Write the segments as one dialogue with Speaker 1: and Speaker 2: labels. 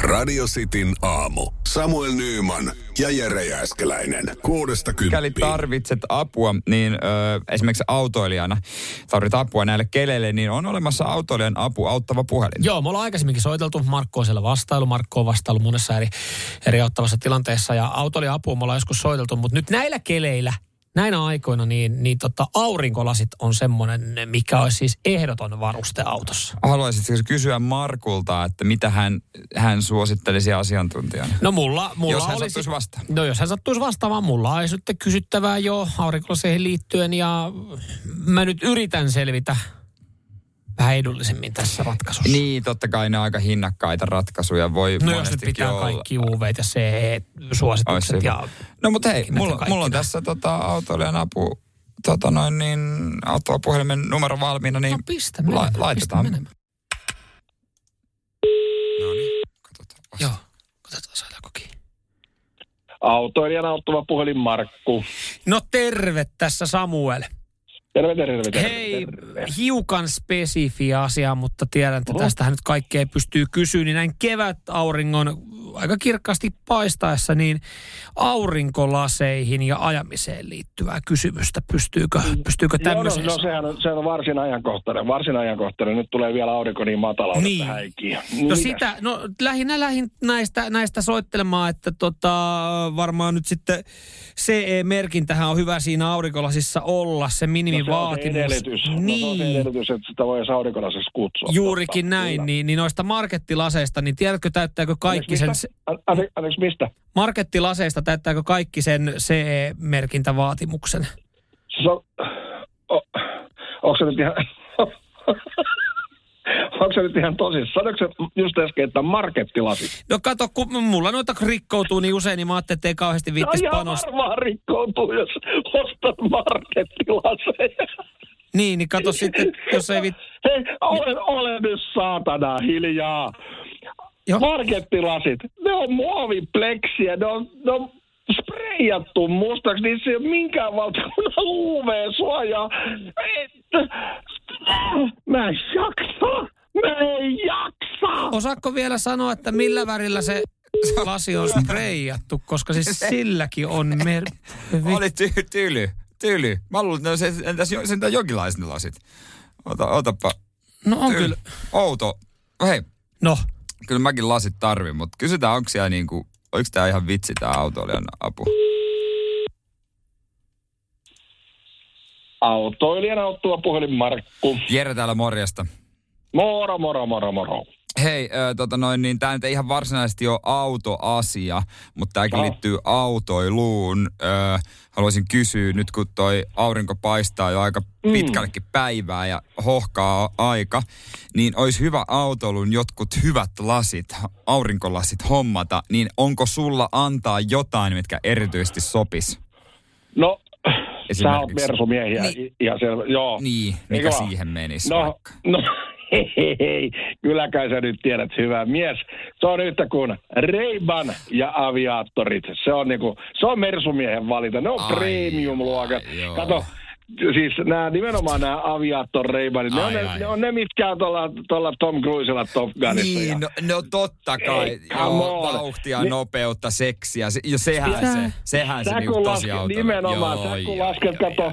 Speaker 1: Radio Cityn aamu. Samuel Nyyman ja Jere Jääskeläinen. Kuudesta
Speaker 2: Mikäli
Speaker 1: kymppiin.
Speaker 2: tarvitset apua, niin ö, esimerkiksi autoilijana tarvit apua näille keleille, niin on olemassa autoilijan apu auttava puhelin.
Speaker 3: Joo, me ollaan aikaisemminkin soiteltu. Markko on siellä vastailu. Markko on vastailu monessa eri, eri auttavassa tilanteessa. Ja auto oli apua, me ollaan joskus soiteltu. Mutta nyt näillä keleillä, näinä aikoina, niin, niin tota, aurinkolasit on semmoinen, mikä olisi siis ehdoton varuste autossa.
Speaker 2: Haluaisitko kysyä Markulta, että mitä hän, hän suosittelisi asiantuntijana?
Speaker 3: No mulla, mulla
Speaker 2: Jos hän
Speaker 3: olisi...
Speaker 2: sattuisi vastaan.
Speaker 3: No jos hän sattuisi vastaamaan, mulla olisi nyt kysyttävää jo aurinkolaseihin liittyen ja mä nyt yritän selvitä vähän edullisemmin tässä ratkaisussa.
Speaker 2: Niin, totta kai ne on aika hinnakkaita ratkaisuja. Voi
Speaker 3: No jos nyt
Speaker 2: monestikin
Speaker 3: pitää
Speaker 2: olla.
Speaker 3: kaikki UV ja
Speaker 2: Ois
Speaker 3: C-suositukset
Speaker 2: hyvä.
Speaker 3: ja...
Speaker 2: No mutta hei,
Speaker 3: Kiinnitän
Speaker 2: mulla,
Speaker 3: kaikki
Speaker 2: mulla on
Speaker 3: näin.
Speaker 2: tässä tota, autoilijan apu, tota noin niin, autoa puhelimen numero valmiina, niin
Speaker 3: No pistä
Speaker 2: la,
Speaker 3: menemään,
Speaker 2: laitetaan.
Speaker 3: pistä menemään.
Speaker 2: no niin, katsotaan. vasta.
Speaker 3: Joo, katsotaan saadaanko kiinni.
Speaker 4: Autoilijan auttava puhelin Markku.
Speaker 3: No terve tässä Samuel.
Speaker 4: Terve, terve, terve.
Speaker 3: Hei,
Speaker 4: terve.
Speaker 3: hiukan spesifiä asia, mutta tiedän, että tästähän nyt kaikkea pystyy kysyä, niin näin kevät auringon aika kirkkaasti paistaessa, niin aurinkolaseihin ja ajamiseen liittyvää kysymystä. Pystyykö, pystyykö
Speaker 4: Joo, no,
Speaker 3: tämmöiseen?
Speaker 4: no sehän on, sehän on varsin ajankohtainen, varsin ajankohtainen. Nyt tulee vielä aurinko niin matalalla,
Speaker 3: Niin.
Speaker 4: että häikiä.
Speaker 3: No sitä, no lähinnä lähin näistä, näistä soittelemaan, että tota, varmaan nyt sitten CE-merkintähän on hyvä siinä aurinkolasissa olla, se minimivaatimus.
Speaker 4: No se on se edellytys. No, se on se
Speaker 3: niin.
Speaker 4: edellytys, että sitä voi saurinkolasessa kutsua.
Speaker 3: Juurikin
Speaker 4: Totta,
Speaker 3: näin,
Speaker 4: kyllä.
Speaker 3: niin, niin noista markettilaseista, niin tiedätkö täyttääkö kaikki
Speaker 4: Anteeksi,
Speaker 3: sen,
Speaker 4: mistä? An- ante- Anteeksi, mistä?
Speaker 3: markettilaseista täyttääkö kaikki sen CE-merkintävaatimuksen?
Speaker 4: Siis on, o, onko se nyt ihan... onko se nyt ihan tosissaan? Sanoiko se just äsken, että markettilasi?
Speaker 3: No kato, kun mulla noita rikkoutuu niin usein, niin mä ajattelin, että ei kauheasti
Speaker 4: No
Speaker 3: viittis
Speaker 4: ihan
Speaker 3: panostaa.
Speaker 4: varmaan rikkoutuu, jos ostat markettilaseja.
Speaker 3: Niin, niin kato sitten, jos ei viit...
Speaker 4: Hei, ole, ole nyt saatana hiljaa.
Speaker 3: Joo.
Speaker 4: Markettilasit, ne on muovipleksiä, ne on, ne on spreijattu mustaksi, niissä ei ole minkään valtakunnan UV-suojaa. Et- Mä en jaksa, mä en jaksa.
Speaker 3: Osaatko vielä sanoa, että millä värillä se lasi on spreijattu, koska siis silläkin on mer...
Speaker 2: Oli ty- tyly, tyly. Mä luulin, että ne on se- entäs jo- sentään jonkinlaiset ne lasit. Ota, otapa.
Speaker 3: No on
Speaker 2: Tyly.
Speaker 3: kyllä.
Speaker 2: Outo. Hei,
Speaker 3: No,
Speaker 2: kyllä mäkin lasit tarvin, mutta kysytään, onko siellä niinku, oliko tää ihan vitsi tää autoilijan apu?
Speaker 4: Autoilijan auttua puhelin Markku.
Speaker 2: Jere täällä morjesta.
Speaker 4: Moro, moro, moro, moro.
Speaker 2: Hei, äh, tota noin, niin tämä nyt ei ihan varsinaisesti ole autoasia, mutta tämäkin
Speaker 4: Joo.
Speaker 2: liittyy autoiluun. Äh, haluaisin kysyä nyt, kun toi aurinko paistaa jo aika pitkällekin päivää ja hohkaa aika, niin olisi hyvä autoilun jotkut hyvät lasit, aurinkolasit hommata, niin onko sulla antaa jotain, mitkä erityisesti sopis?
Speaker 4: No, sä oot
Speaker 2: Esimerkiksi.
Speaker 4: mersumiehiä.
Speaker 2: Niin.
Speaker 4: Niin. Ihan selvä. Joo.
Speaker 2: Niin, mikä
Speaker 4: Eikö vaan?
Speaker 2: siihen menisi
Speaker 4: No,
Speaker 2: vaikka?
Speaker 4: no hei, hei, hei, kyllä kai sä nyt tiedät, hyvä mies. Se on yhtä kuin Reiban ja aviaattorit. Se on, niinku, se on mersumiehen valinta. Ne on
Speaker 2: Ai,
Speaker 4: premium-luokat.
Speaker 2: joo.
Speaker 4: Kato, siis nämä, nimenomaan nämä aviaattor Reibanit, ne, on
Speaker 2: Ai,
Speaker 4: ne,
Speaker 2: ai.
Speaker 4: ne, on ne, mitkä on tuolla, tuolla Tom Cruisella Top Gunissa. ja-
Speaker 2: Niin, no, no totta kai.
Speaker 4: Ei, come
Speaker 2: joo,
Speaker 4: on.
Speaker 2: vauhtia,
Speaker 4: Ni-
Speaker 2: nopeutta, seksiä. Se, jo, sehän
Speaker 3: Mitä?
Speaker 2: se, sehän se
Speaker 4: Sä
Speaker 2: niinku
Speaker 4: kun
Speaker 2: tosi
Speaker 4: lasket-
Speaker 2: auto.
Speaker 4: nimenomaan, sä kun lasket, kato.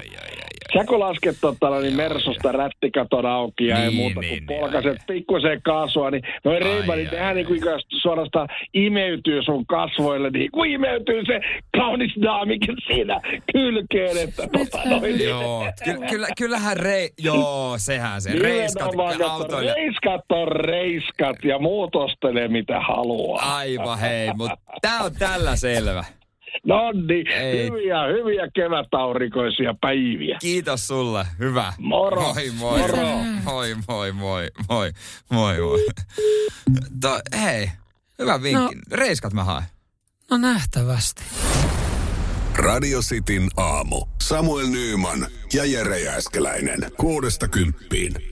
Speaker 4: Sä kun lasket tota, niin Mersusta rättikaton auki ja
Speaker 2: Niin,
Speaker 4: ei muuta,
Speaker 2: niin,
Speaker 4: kun
Speaker 2: niin,
Speaker 4: polkaset
Speaker 2: ai.
Speaker 4: pikkusen kasvua, niin
Speaker 2: Ai,
Speaker 4: noin reimanit,
Speaker 2: ai,
Speaker 4: nehän
Speaker 2: ai.
Speaker 4: niin kuin suorastaan imeytyy sun kasvoille, niin kuin imeytyy se kaunis daamikin siinä kylkeen, että tota noin. niin-
Speaker 2: Joo, ky- kyllä, kyllähän rei... Joo, sehän se. Reiskat
Speaker 4: Nimenomaan,
Speaker 2: ja
Speaker 4: kato,
Speaker 2: autoille.
Speaker 4: reiskat on reiskat ja muut ostelee mitä haluaa.
Speaker 2: Aivan hei, mutta tää on tällä selvä.
Speaker 4: No niin,
Speaker 2: Ei.
Speaker 4: hyviä, hyviä kevätaurikoisia päiviä.
Speaker 2: Kiitos sulle, hyvä.
Speaker 4: Moro.
Speaker 2: Moi moi.
Speaker 4: Moro.
Speaker 2: Moi moi moi moi moi moi. To, hei, hyvä vinkki. No. Reiskat mä haen.
Speaker 3: no nähtävästi.
Speaker 1: Radio Cityn aamu. Samuel Nyyman ja Jere Jääskeläinen. Kuudesta kymppiin.